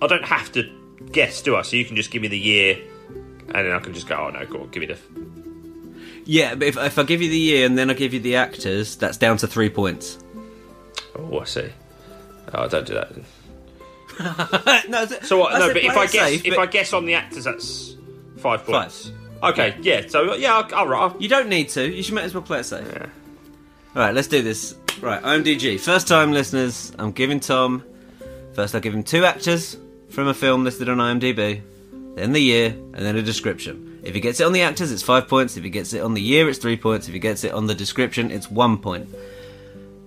Speaker 2: I don't have to guess, do I? So you can just give me the year, and then I can just go. Oh no, cool. Give me the.
Speaker 1: Yeah, but if, if I give you the year and then I give you the actors, that's down to three points.
Speaker 2: Oh, I see. Oh, don't do that. then.
Speaker 1: no,
Speaker 2: So what? no, but if I guess, if I guess on the actors, that's five points. Okay. Yeah. So yeah, I'll- all right. I'll-
Speaker 1: you don't need to, you should might as well play it safe. All right, let's do this. Right, I'm DG. First time listeners, I'm giving Tom. First, I give him two actors from a film listed on IMDb, then the year, and then a description. If he gets it on the actors, it's five points. If he gets it on the year, it's three points. If he gets it on the description, it's one point.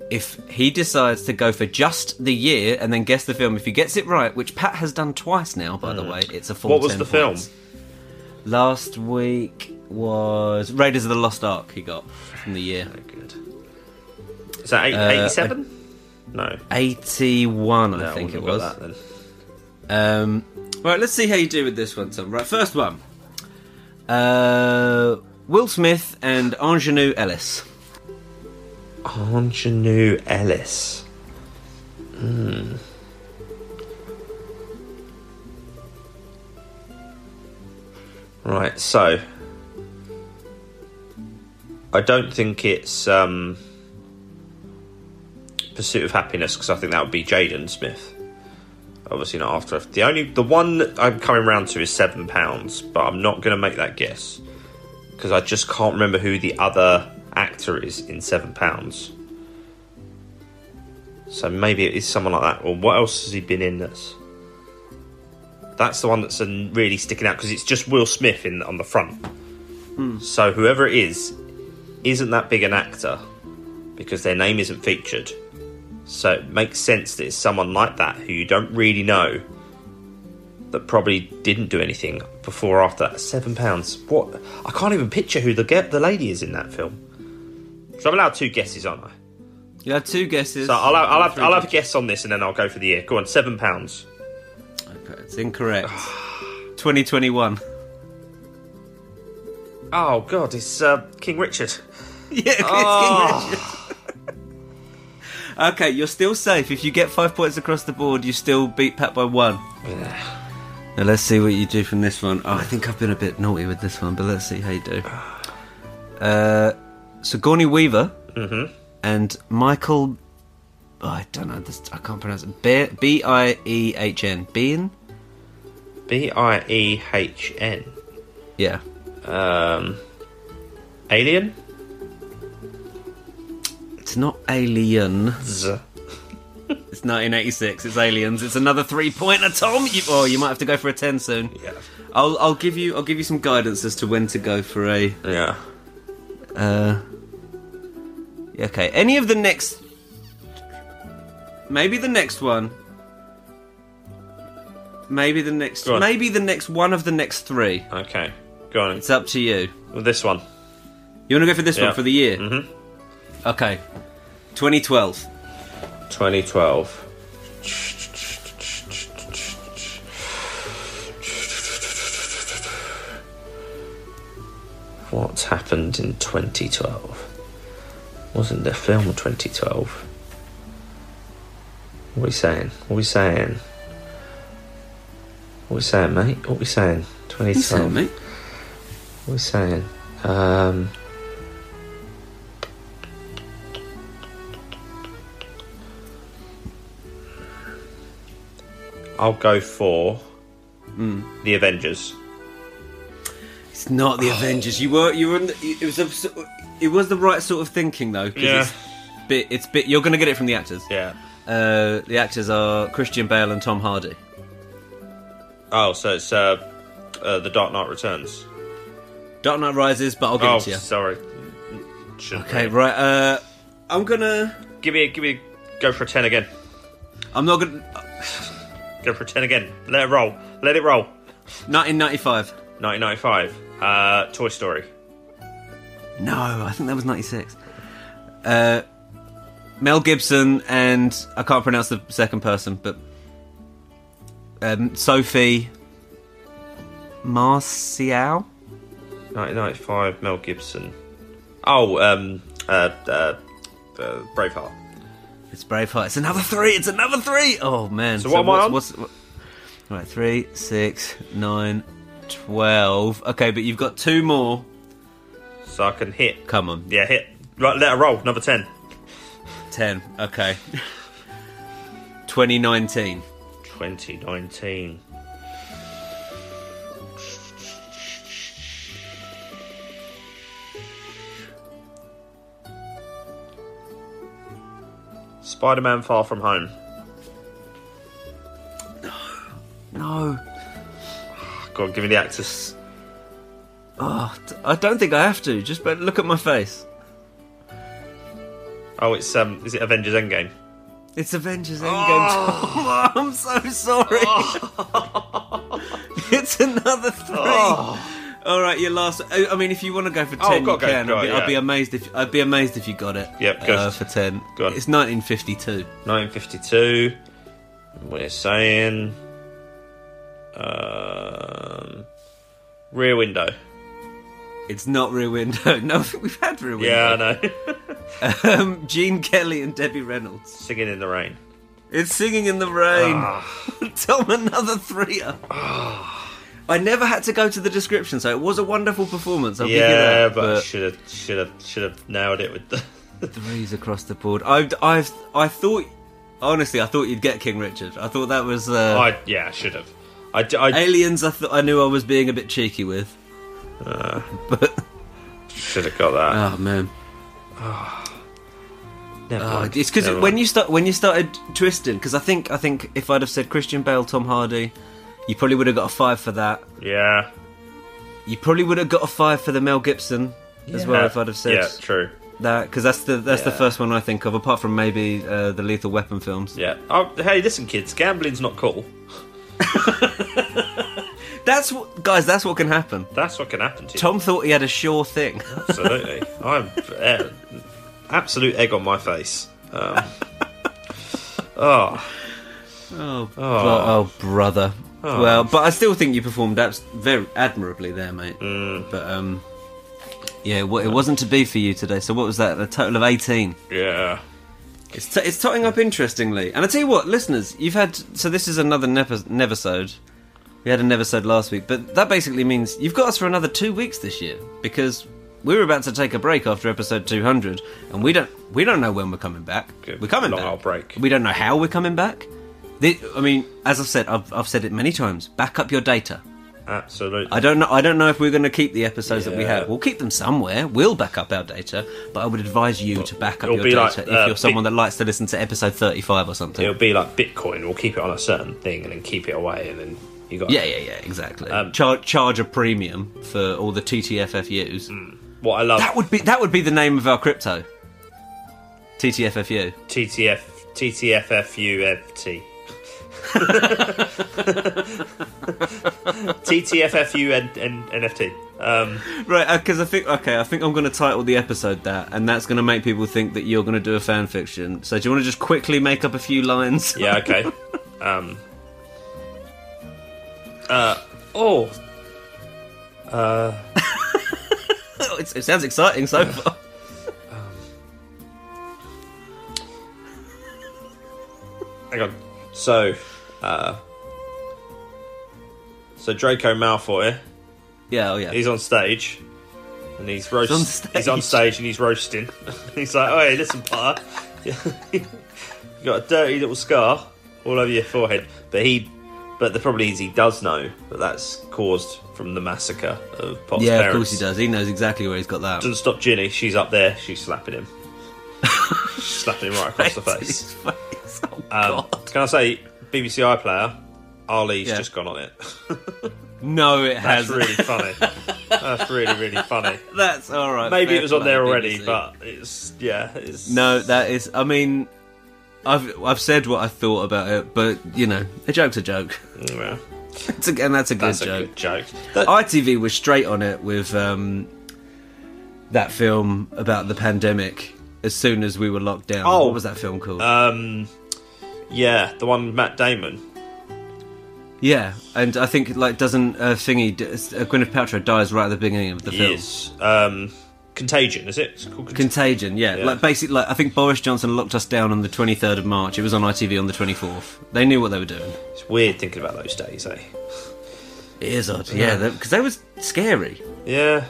Speaker 1: If he decides to go for just the year and then guess the film, if he gets it right, which Pat has done twice now, by the way, it's a full.
Speaker 2: Mm. What was
Speaker 1: 10
Speaker 2: the film?
Speaker 1: points. Last week was Raiders of the Lost Ark. He got from the year.
Speaker 2: Oh, good. Is that eight-
Speaker 1: Uh,
Speaker 2: 87? no.
Speaker 1: 81,
Speaker 2: No,
Speaker 1: I think it was.
Speaker 2: wouldn't have got That, then.
Speaker 1: Um, right, let's see how you do with this one, Tom. Right, first one. Uh, Will Smith and Ingenue Ellis.
Speaker 2: Ingenue Ellis. Hmm. Right, so I don't think it's um, Pursuit of Happiness because I think that would be Jaden Smith. Obviously not after the only the one that I'm coming round to is seven pounds, but I'm not going to make that guess because I just can't remember who the other actor is in Seven Pounds. So maybe it is someone like that. Or what else has he been in? That's that's the one that's um, really sticking out because it's just Will Smith in on the front. So whoever it is isn't that big an actor because their name isn't featured. So it makes sense that it's someone like that who you don't really know that probably didn't do anything before or after that. Seven pounds. What? I can't even picture who the get the lady is in that film. So I'm allowed two guesses, aren't I?
Speaker 1: You had two guesses.
Speaker 2: So I'll have, I'll have, I'll have a guess on this, and then I'll go for the year. Go on, seven pounds.
Speaker 1: Okay, It's incorrect. 2021.
Speaker 2: Oh God, it's uh, King Richard.
Speaker 1: Yeah, it's King Richard. Oh. okay, you're still safe. If you get five points across the board, you still beat Pat by one. now let's see what you do from this one. Oh, I think I've been a bit naughty with this one, but let's see how you do. Uh, Sigourney Weaver and Michael. oh, I don't know. This, I can't pronounce it. Be- B i e h n. Bean.
Speaker 2: B I E H N.
Speaker 1: Yeah.
Speaker 2: Um, Alien.
Speaker 1: It's not Alien.
Speaker 2: Z.
Speaker 1: It's 1986. It's Aliens. It's another three-pointer, Tom. You, oh, you might have to go for a ten soon.
Speaker 2: Yeah.
Speaker 1: I'll I'll give you I'll give you some guidance as to when to go for a
Speaker 2: Yeah.
Speaker 1: uh yeah, okay. Any of the next maybe the next one maybe the next
Speaker 2: Go on.
Speaker 1: maybe the next one of the next three.
Speaker 2: Okay. Go on.
Speaker 1: It's up to you.
Speaker 2: Well, this one.
Speaker 1: You want to go for this
Speaker 2: Yeah.
Speaker 1: one for the year? Mm-hmm. Okay. 2012.
Speaker 2: 2012. What happened in 2012? Wasn't the film 2012? What are we saying? What are we saying? What we saying, mate? What we saying? Twenty
Speaker 1: What's that,
Speaker 2: twelve.
Speaker 1: mate?
Speaker 2: What we saying? Um, I'll go for
Speaker 1: Hmm.
Speaker 2: the Avengers.
Speaker 1: It's not the Avengers. You were you were. In the, it was a, it was the right sort of thinking though. 'cause
Speaker 2: Yeah.
Speaker 1: It's bit. It's bit. You're going to get it from the actors.
Speaker 2: Yeah.
Speaker 1: Uh, the actors are Christian Bale and Tom Hardy.
Speaker 2: Oh, so it's uh, uh, the Dark Knight Returns.
Speaker 1: Dark Knight Rises, but I'll give
Speaker 2: Oh,
Speaker 1: it to you.
Speaker 2: sorry. Shouldn't
Speaker 1: Okay,
Speaker 2: really.
Speaker 1: right. Uh, I'm gonna.
Speaker 2: Give me, a, give me, a, go for a ten again.
Speaker 1: I'm not gonna.
Speaker 2: Go for a ten again. Let it roll. Let it roll.
Speaker 1: 1995.
Speaker 2: 1995. Uh, Toy Story.
Speaker 1: No, I think that was 96. Uh, Mel Gibson and I can't pronounce the second person, but um, Sophie Marcial.
Speaker 2: 1995. Mel Gibson. Oh, um, uh, uh, uh Braveheart.
Speaker 1: It's Braveheart. It's another three. It's another three. Oh man.
Speaker 2: So what am I on?
Speaker 1: what's, what's- what- Right, three, six, nine, twelve. Okay, but you've got two more.
Speaker 2: So I can hit.
Speaker 1: Come on,
Speaker 2: Yeah, hit. Right, let it roll. Number ten.
Speaker 1: ten. Okay. 2019.
Speaker 2: 2019. Spider Man Far From Home.
Speaker 1: No.
Speaker 2: Go on, give me the actors.
Speaker 1: Oh, d- I don't think I have to. Just but look at my face.
Speaker 2: Oh, it's um, is it Avengers Endgame?
Speaker 1: It's Avengers Endgame. Tom. I'm so sorry. it's another three. Oh. All right, your last. I I mean, if you want to go for
Speaker 2: Oh,
Speaker 1: ten,
Speaker 2: go-
Speaker 1: you
Speaker 2: go-
Speaker 1: can.
Speaker 2: go,
Speaker 1: I'd, be,
Speaker 2: yeah.
Speaker 1: I'd be amazed if I'd be amazed if you got it.
Speaker 2: Yep, go.
Speaker 1: uh, for ten.
Speaker 2: Go on.
Speaker 1: It's 1952.
Speaker 2: 1952. We're saying, um, Rear Window.
Speaker 1: It's not Rear Window. No, I think we've had Rear
Speaker 2: Yeah, I
Speaker 1: Window.
Speaker 2: know.
Speaker 1: Yeah. Um, Gene Kelly and Debbie Reynolds.
Speaker 2: Singing in the rain.
Speaker 1: It's Singing in the Rain.
Speaker 2: Ah.
Speaker 1: Tom, another three up. I never had to go to the description, so it was a wonderful performance. I'll give you
Speaker 2: Yeah,
Speaker 1: that.
Speaker 2: but, should have should have should have nailed it with the.
Speaker 1: Threes across the board. I, I, I thought, honestly, I thought you'd get King Richard. I thought that was uh,
Speaker 2: I yeah, I should have. I, d- I
Speaker 1: aliens. I, th- I knew I was being a bit cheeky with,
Speaker 2: Ah.
Speaker 1: but
Speaker 2: should have got that.
Speaker 1: oh man,
Speaker 2: Never
Speaker 1: oh,
Speaker 2: mind.
Speaker 1: it's because
Speaker 2: Never
Speaker 1: when
Speaker 2: mind.
Speaker 1: you start when you started twisting, because I think I think if I'd have said Christian Bale, Tom Hardy, you probably would have got a five for that.
Speaker 2: yeah
Speaker 1: You probably would have got a five for the Mel Gibson as well
Speaker 2: Yeah.
Speaker 1: if I'd have said
Speaker 2: yeah true
Speaker 1: that, because that's the that's the
Speaker 2: Yeah.
Speaker 1: first one I think of, apart from maybe uh, the Lethal Weapon films.
Speaker 2: yeah. Oh, hey, listen, kids, gambling's not cool.
Speaker 1: That's what guys. That's what can happen.
Speaker 2: That's what can happen to you.
Speaker 1: Tom thought he had a sure thing.
Speaker 2: Absolutely, I'm uh, absolute egg on my face. Um, oh,
Speaker 1: Oh, bro- oh, brother. Well, but I still think you performed abs- very admirably there, mate.
Speaker 2: Mm.
Speaker 1: But um, yeah, well, it wasn't to be for you today. So what was that? A total of eighteen.
Speaker 2: yeah.
Speaker 1: It's t- it's totting up interestingly. And I tell you what, listeners, you've had so this is another never neversode. We had a neversode last week, but that basically means you've got us for another two weeks this year because we were about to take a break after episode two hundred, and we don't we don't know when we're coming back.
Speaker 2: Good.
Speaker 1: We're coming
Speaker 2: Long
Speaker 1: back.
Speaker 2: old break.
Speaker 1: We don't know how we're coming back. Thi- I mean, as I've said, I've, I've said it many times. Back up your data.
Speaker 2: Absolutely.
Speaker 1: I don't know. I don't know if we're going to keep the episodes that we
Speaker 2: Yeah.
Speaker 1: have. We'll keep them somewhere. We'll back up our data, but I would advise you to back up
Speaker 2: it'll
Speaker 1: your
Speaker 2: be
Speaker 1: data
Speaker 2: like,
Speaker 1: if
Speaker 2: uh,
Speaker 1: you're someone
Speaker 2: bit-
Speaker 1: that likes to listen to episode thirty-five or something.
Speaker 2: It'll be like Bitcoin. We'll keep it on a certain thing and then keep it away, and then you got
Speaker 1: yeah, yeah, yeah, exactly.
Speaker 2: Um,
Speaker 1: Char- charge a premium for all the TTFFUs.
Speaker 2: Mm. What I love
Speaker 1: That would be that would be the name of our crypto. TTFFU.
Speaker 2: TTF TTFFUFT. TTFFU and, and NFT. Um,
Speaker 1: Right, because I think okay, I think I'm going to title the episode that, and that's going to make people think that you're going to do a fan fiction. So do you want to just quickly make up a few lines?
Speaker 2: yeah, okay. Um, uh, oh,
Speaker 1: It's- it sounds exciting so far.
Speaker 2: hang on. So, uh, So Draco Malfoy,
Speaker 1: Yeah, oh yeah.
Speaker 2: he's on stage, and he's roast.
Speaker 1: on
Speaker 2: He's on,
Speaker 1: stage.
Speaker 2: stage and he's roasting. he's like, "Oh, hey, listen, Potter, you got a dirty little scar all over your forehead." But he, but the problem is he does know that that's caused from the massacre of Potter's
Speaker 1: yeah, of
Speaker 2: parents.
Speaker 1: course he does. He knows exactly where he's got that.
Speaker 2: Doesn't stop Ginny. She's up there. She's slapping him. She's slapping him right across the
Speaker 1: Right to
Speaker 2: face.
Speaker 1: his face. Oh,
Speaker 2: Um,
Speaker 1: God.
Speaker 2: can I say, BBC iPlayer, Ali's
Speaker 1: Yeah.
Speaker 2: just gone on it.
Speaker 1: No, it
Speaker 2: That's
Speaker 1: has.
Speaker 2: really funny. That's really, really funny.
Speaker 1: That's all right.
Speaker 2: Maybe
Speaker 1: fair
Speaker 2: it was on
Speaker 1: play,
Speaker 2: there already,
Speaker 1: BBC.
Speaker 2: but it's yeah. It's,
Speaker 1: no, that is. I mean, I've I've said what I thought about it, but you know, a joke's a joke,
Speaker 2: yeah,
Speaker 1: It's a- and that's a good
Speaker 2: that's a
Speaker 1: joke.
Speaker 2: good joke. That-
Speaker 1: ITV was straight on it with um, that film about the pandemic. As soon as we were locked down,
Speaker 2: Oh.
Speaker 1: what was that film called?
Speaker 2: um, yeah, the one with Matt Damon.
Speaker 1: yeah, and I think like doesn't uh, thingy d- uh, Gwyneth Paltrow dies right at the beginning of the film.
Speaker 2: Yes, um, Contagion. Is it? It's called Contagion.
Speaker 1: Contagion, yeah.
Speaker 2: Yeah.
Speaker 1: Like basically, like I think Boris Johnson locked us down on the 23rd of March. It was on ITV on the 24th. They knew what they were doing.
Speaker 2: it's weird thinking about those days, eh?
Speaker 1: It is odd, yeah, because they was scary.
Speaker 2: Yeah,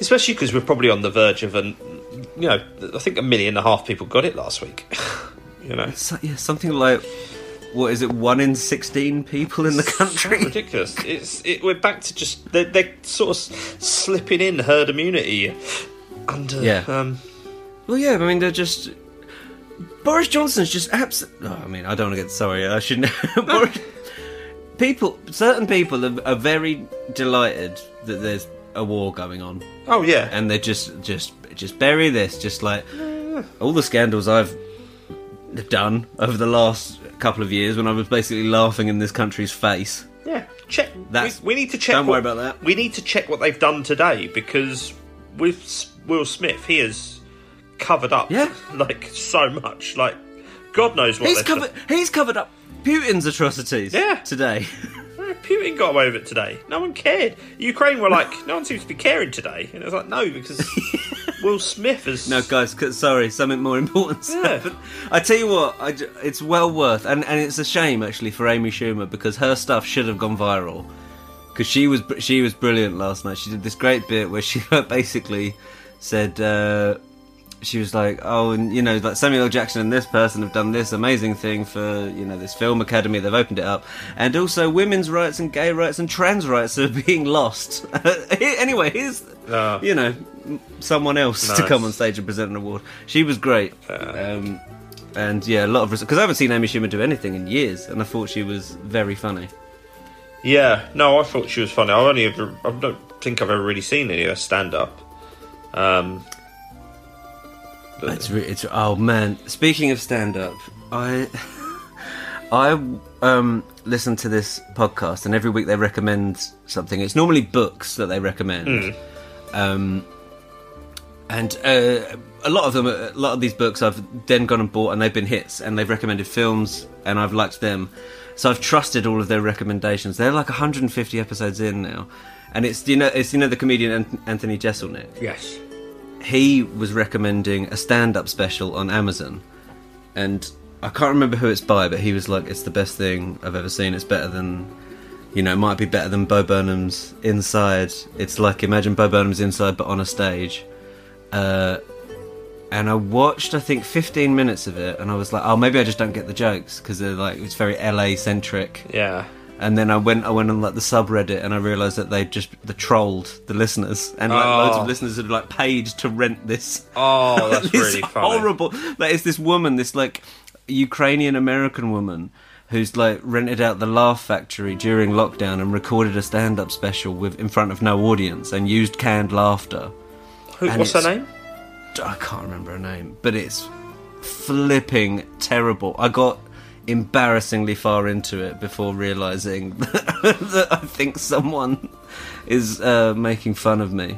Speaker 2: especially because we're probably on the verge of an. You know, I think a million and a half people got it last week. you know,
Speaker 1: So, yeah, something like what is it? One in 16 people in the country.
Speaker 2: ridiculous. It's it, we're back to just they're, they're sort of s- slipping in herd immunity under.
Speaker 1: Yeah.
Speaker 2: Um,
Speaker 1: well, yeah, I mean they're just. Boris Johnson's just absolutely. I mean, I don't want to get sorry. I shouldn't. Boris... People, certain people are, are very delighted that there's a war going on.
Speaker 2: oh yeah,
Speaker 1: and they just just just bury this just like all the scandals i've done over the last couple of years when i was basically laughing in this country's face
Speaker 2: yeah. Check.
Speaker 1: That's-
Speaker 2: we, we need to check.
Speaker 1: don't worry
Speaker 2: what-
Speaker 1: about that.
Speaker 2: We need to check what they've done today because with S- Will Smith, he has covered up
Speaker 1: Yeah.
Speaker 2: like so much. Like God knows what
Speaker 1: he's
Speaker 2: they've
Speaker 1: covered he's covered up putin's atrocities
Speaker 2: Yeah.
Speaker 1: today
Speaker 2: No, Eh, Putin got away with it today. No one cared. Ukraine were like, no one seems to be caring today. And it was like, no, because Will Smith is.
Speaker 1: no guys 'cause- sorry something more important
Speaker 2: Yeah.
Speaker 1: happened. i tell you what I j it's well worth and, and it's a shame actually for amy schumer because her stuff should have gone viral because she was br- she was brilliant last night. She did this great bit where she basically said uh, she was like, "Oh, and you know, like Samuel L. Jackson and this person have done this amazing thing for you know this film academy. They've opened it up, and also women's rights and gay rights and trans rights are being lost." anyway, here's
Speaker 2: Ah.
Speaker 1: you know someone else to
Speaker 2: Nice.
Speaker 1: come on stage and present an award. She was great. Um, and yeah, a lot of because I haven't seen Amy Schumer do anything in years, and I thought she was very funny.
Speaker 2: Yeah, no, I thought she was funny. I've only ever, I don't think I've ever really seen any of her stand up. Um,
Speaker 1: It's, re- it's oh man. Speaking of stand up, I I um listen to this podcast and every week they recommend something. It's normally books that they recommend. Um and uh, a lot of them a lot of these books I've then gone and bought and they've been hits and they've recommended films and I've liked them. So I've trusted all of their recommendations. They're like 150 episodes in now. And it's you know it's you know the comedian Ant- Anthony Jeselnik
Speaker 2: yes.
Speaker 1: he was recommending a stand-up special on Amazon, and I can't remember who it's by, but he was like, "It's the best thing I've ever seen. It's better than, you know, it might be better than Bo Burnham's Inside. It's like imagine Bo Burnham's Inside but on a stage." Uh, and I watched, I think, 15 minutes of it, and I was like, "Oh, maybe I just don't get the jokes because they're like it's very LA centric."
Speaker 2: Yeah.
Speaker 1: And then I went, I went on like the subreddit, and I realised that they just the trolled the listeners, and like
Speaker 2: Oh.
Speaker 1: loads of listeners had like paid to rent this.
Speaker 2: Oh, that's
Speaker 1: this
Speaker 2: really funny.
Speaker 1: horrible. Like it's this woman, this like Ukrainian American woman, who's like rented out the Laugh Factory during lockdown and recorded a stand-up special with in front of no audience and used canned laughter.
Speaker 2: Who,
Speaker 1: and
Speaker 2: what's her
Speaker 1: it's-
Speaker 2: name?
Speaker 1: I can't remember her name, but it's flipping terrible. I got embarrassingly far into it before realizing that I think someone is uh, making fun of me.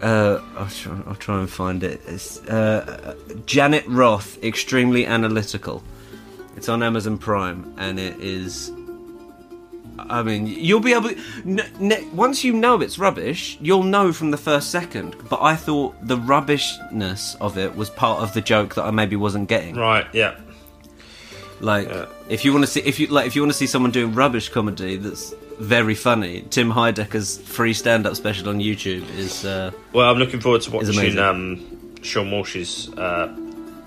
Speaker 1: Uh, I'll, try, I'll try and find it. It's uh, Janet Roth, extremely analytical. It's on Amazon Prime, and it is. I mean, you'll be able. N- ne- once you know it's rubbish, you'll know from the first second. But I thought the rubbishness of it was part of the joke that I maybe wasn't getting.
Speaker 2: Right, yeah.
Speaker 1: Like if you want to see if you like if you want to see someone doing rubbish comedy that's very funny, Tim Heidecker's free stand-up special on YouTube is uh,
Speaker 2: Well, I'm looking forward to watching
Speaker 1: amazing.
Speaker 2: um, Sean Walsh's uh,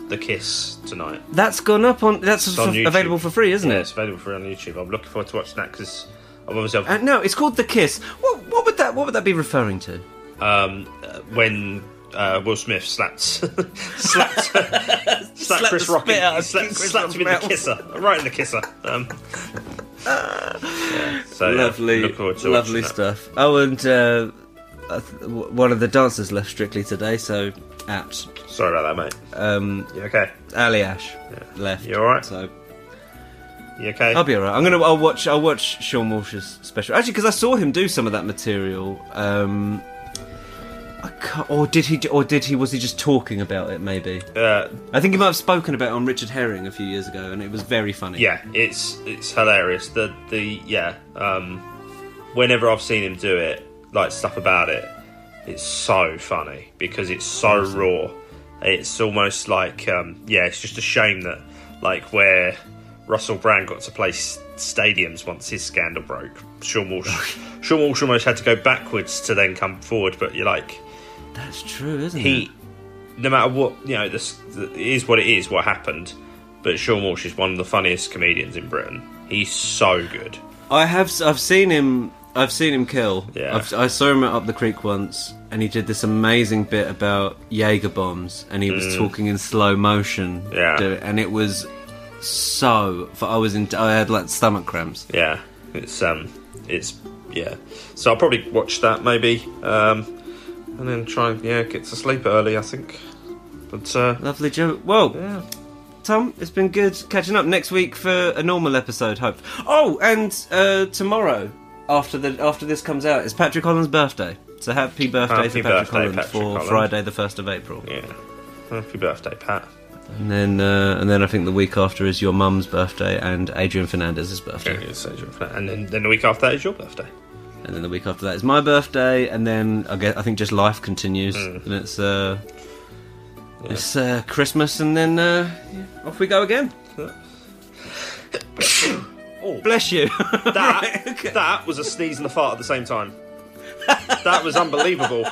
Speaker 2: The Kiss tonight.
Speaker 1: that's gone up on that's
Speaker 2: on
Speaker 1: f-
Speaker 2: YouTube.
Speaker 1: available for free, isn't
Speaker 2: Yeah,
Speaker 1: it?
Speaker 2: it's available for on YouTube. I'm looking forward to watching that because I've obviously
Speaker 1: Uh, no, it's called The Kiss. What what would that what would that be referring to?
Speaker 2: um, uh, when uh, Will Smith slaps slapped, slapped,
Speaker 1: Slapped
Speaker 2: Chris
Speaker 1: the
Speaker 2: Rock
Speaker 1: spit out
Speaker 2: in,
Speaker 1: of
Speaker 2: slapped,
Speaker 1: Chris
Speaker 2: slapped him in
Speaker 1: Rock's
Speaker 2: the
Speaker 1: mouth.
Speaker 2: kisser, right in the kisser. Um, yeah, so Oh, yeah,
Speaker 1: lovely,
Speaker 2: look forward to
Speaker 1: lovely
Speaker 2: watching that.
Speaker 1: stuff. Oh, and uh, I th- w- one of the dancers left Strictly today, so apt.
Speaker 2: Sorry about that, mate.
Speaker 1: Um,
Speaker 2: You okay?
Speaker 1: Ali Ash left.
Speaker 2: You all right?
Speaker 1: So
Speaker 2: You okay?
Speaker 1: I'll be all right. I'm gonna. I'll watch. I'll watch Sean Walsh's special actually because I saw him do some of that material. Um, I can't, or did he? Or did he? Was he just talking about it? Maybe.
Speaker 2: uh,
Speaker 1: I think he might have spoken about it on Richard Herring a few years ago, and it was very funny.
Speaker 2: yeah, it's it's hilarious. The the yeah, um, whenever I've seen him do it, like stuff about it, it's so funny because it's so raw. It's almost like um, yeah, it's just a shame that like where Russell Brand got to play s- stadiums once his scandal broke, Sean Walsh, Sean Walsh almost had to go backwards to then come forward. But you're like
Speaker 1: that's true, isn't
Speaker 2: he,
Speaker 1: it?
Speaker 2: no matter what, you know, this it is what it is. What happened, but Sean Walsh is one of the funniest comedians in Britain. He's so good.
Speaker 1: I have. s- I've seen him. I've seen him kill.
Speaker 2: Yeah.
Speaker 1: I've, I saw him at Up the Creek once, and he did this amazing bit about Jaeger bombs, and he was talking in slow motion.
Speaker 2: Mm. Yeah.
Speaker 1: do- and it was so. For I was in. I had like stomach cramps.
Speaker 2: Yeah, it's um, it's yeah. So I'll probably watch that maybe, um, and then try and yeah get to sleep early. I think, but uh,
Speaker 1: Lovely joke. Well,
Speaker 2: yeah,
Speaker 1: Tom, it's been good catching up. Next week for a normal episode, hope. Oh, and uh, tomorrow after the after this comes out, it's Patrick Holland's birthday. So happy birthday
Speaker 2: Happy
Speaker 1: to Patrick
Speaker 2: birthday,
Speaker 1: Holland
Speaker 2: Patrick
Speaker 1: for
Speaker 2: Holland.
Speaker 1: Friday the first of April.
Speaker 2: yeah. Happy birthday, Pat.
Speaker 1: And then, uh, and then I think the week after is your mum's birthday and Adrian Fernandez's birthday.
Speaker 2: And then, then the week after that is your birthday.
Speaker 1: And then the week after that is my birthday. And then I guess I think just life continues.
Speaker 2: Hmm.
Speaker 1: And it's uh, it's uh, Christmas, and then uh, yeah, off we go again.
Speaker 2: Oh,
Speaker 1: Bless you.
Speaker 2: that that was a sneeze and a fart at the same time. that was unbelievable.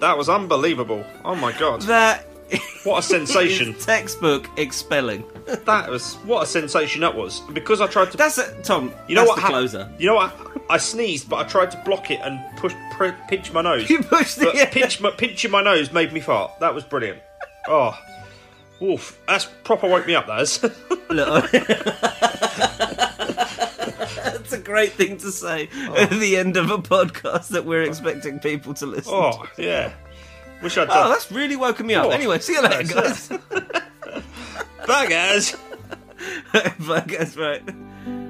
Speaker 2: That was unbelievable. Oh my god!
Speaker 1: that
Speaker 2: What a sensation!
Speaker 1: is textbook expelling.
Speaker 2: that was what a sensation that was. Because I tried to
Speaker 1: That's it, Tom.
Speaker 2: You know
Speaker 1: that's
Speaker 2: what?
Speaker 1: The
Speaker 2: hap-
Speaker 1: closer.
Speaker 2: You know what? I sneezed, but I tried to block it and push, pr- pinch my nose.
Speaker 1: You pushed the
Speaker 2: but pinch my, pinching my nose made me fart. That was brilliant. Oh, woof! That's proper woke me up. That is.
Speaker 1: Look, That's a great thing to say at the end of a podcast that we're expecting people to listen to.
Speaker 2: oh yeah. Wish I'd
Speaker 1: Oh,
Speaker 2: done.
Speaker 1: that's really woken me up. Anyway, see you later, guys.
Speaker 2: Bye guys.
Speaker 1: Bye, guys. Right.